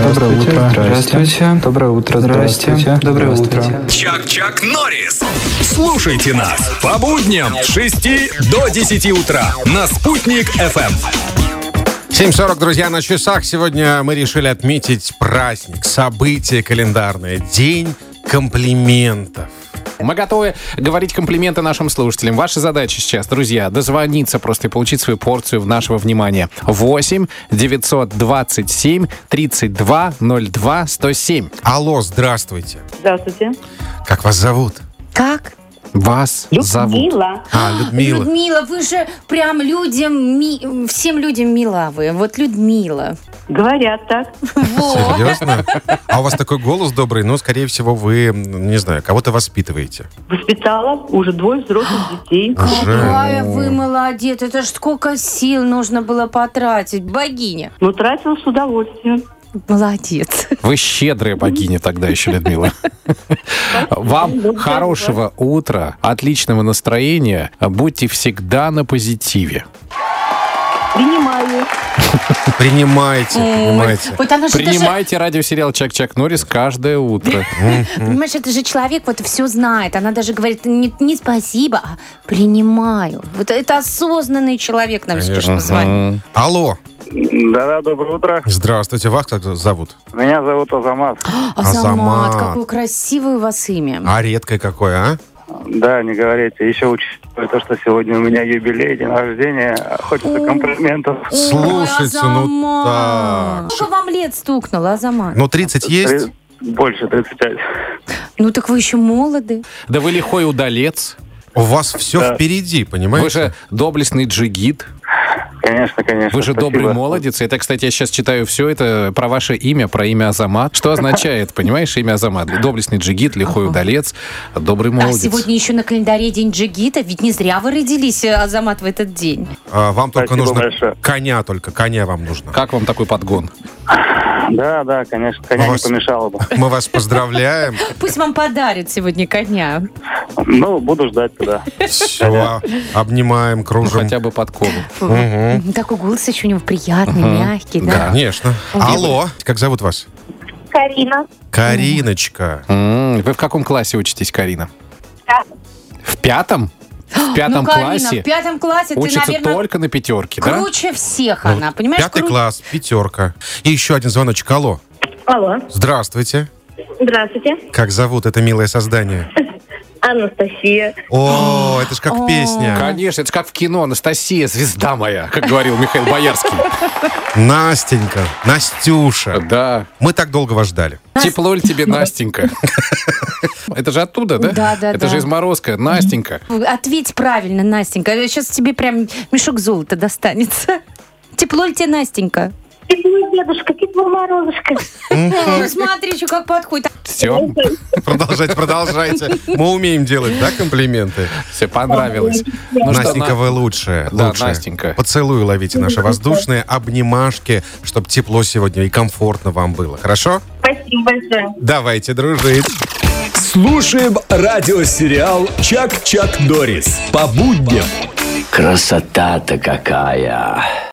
Доброе утро. Здравствуйте. Доброе утро. Здравствуйте. Доброе утро. Здравствуйте. Чак-Чак Норрис. Слушайте нас по будням с 6 до 10 утра на «Спутник FM. 7.40, друзья, на часах. Сегодня мы решили отметить праздник, событие календарное, день комплиментов. Мы готовы говорить комплименты нашим слушателям. Ваша задача сейчас, друзья, дозвониться просто и получить свою порцию в нашего внимания. 8 927 32 02 107. Алло, здравствуйте. Здравствуйте. Как вас зовут? Как? Вас зовут. Людмила. А, Людмила. Людмила, вы же прям людям, ми- всем людям мила вы. Вот Людмила. Говорят так. Во. Серьезно? А у вас такой голос добрый, но, скорее всего, вы, м, не знаю, кого-то воспитываете. Воспитала уже двое взрослых детей. Какая вы молодец. Это ж сколько сил нужно было потратить. Богиня. Но тратила с удовольствием. Молодец. Вы щедрая богиня тогда еще, Людмила. Вам хорошего утра, отличного настроения. Будьте всегда на позитиве. Принимаю. Принимайте, Ой, принимайте. Вот она же, это же- Принимайте радиосериал «Чак-Чак Норрис» каждое утро. понимаешь, это же человек вот все знает. Она даже говорит не, не спасибо, а принимаю. Вот это осознанный человек нам сейчас позвонил. Алло, Да-да, доброе утро. здравствуйте, вас как зовут? Меня зовут Азамат. Азамат. Азамат, какое красивое у вас имя. А редкое какое, а? Да, не говорите. Еще учитывая то, что сегодня у меня юбилей, день рождения, хочется комплиментов. Ой, Слушайте, ну Азамат. так. Сколько вам лет стукнуло, Азамат? Ну, 30 есть? Три- Больше 35. Ну так вы еще молоды. Да вы лихой удалец. У вас все Да. впереди, понимаете? Вы же доблестный джигит. Конечно, конечно. Вы же спасибо. добрый молодец. Это, кстати, я сейчас читаю все это про ваше имя, про имя Азамат. Что означает, понимаешь, имя Азамат? Доблестный джигит, лихой удалец, добрый А молодец. сегодня еще на календаре день джигита, ведь не зря вы родились, э, Азамат, в этот день. А, вам только Спасибо нужно большое. коня, только коня вам нужно. Как вам такой подгон? Да, да, конечно. Коня У не вас- помешало бы. Мы вас поздравляем. Пусть вам подарят сегодня коня. Ну, буду ждать тогда. Все, обнимаем, кружим. Ну, Хотя бы подкову. М, Ну, Такой голос еще у него приятный, мягкий, да? Конечно. Алло, как зовут вас? Карина. Кариночка. М, Вы в каком классе учитесь, Карина? В пятом? В пятом Ну, Карина, классе? в пятом классе ты, Учится наверное, только на пятерке, да? круче всех она, понимаешь? Ну, Пятый кру- класс, пятерка. И еще один звоночек. Алло. Алло, Здравствуйте. здравствуйте. Как зовут это милое создание? Анастасия. О, это ж как песня. Конечно, это ж как в кино. Анастасия, звезда моя, как говорил Михаил Боярский. Настенька, Настюша. Да. Мы так долго вас ждали. Тепло ли тебе, Настенька? Это же оттуда, да? Да, да, Это да. же из Морозка. Настенька. Ответь правильно, Настенька. Сейчас тебе прям мешок золота достанется. Тепло ли тебе, Настенька? Тепло, дедушка, тепло, морозушка. Ну, смотри, еще как подходит. Все, Продолжайте, продолжайте. Мы умеем делать, да, комплименты? все понравилось. Ну что, Настенька, на- вы лучшая. Да, лучшая. Настенька. Поцелуи ловите наши воздушные, обнимашки, чтобы тепло сегодня и комфортно вам было. Хорошо? Спасибо большое. Давайте дружить. Слушаем радиосериал «Чак-Чак Норрис» по будням Красота-то какая!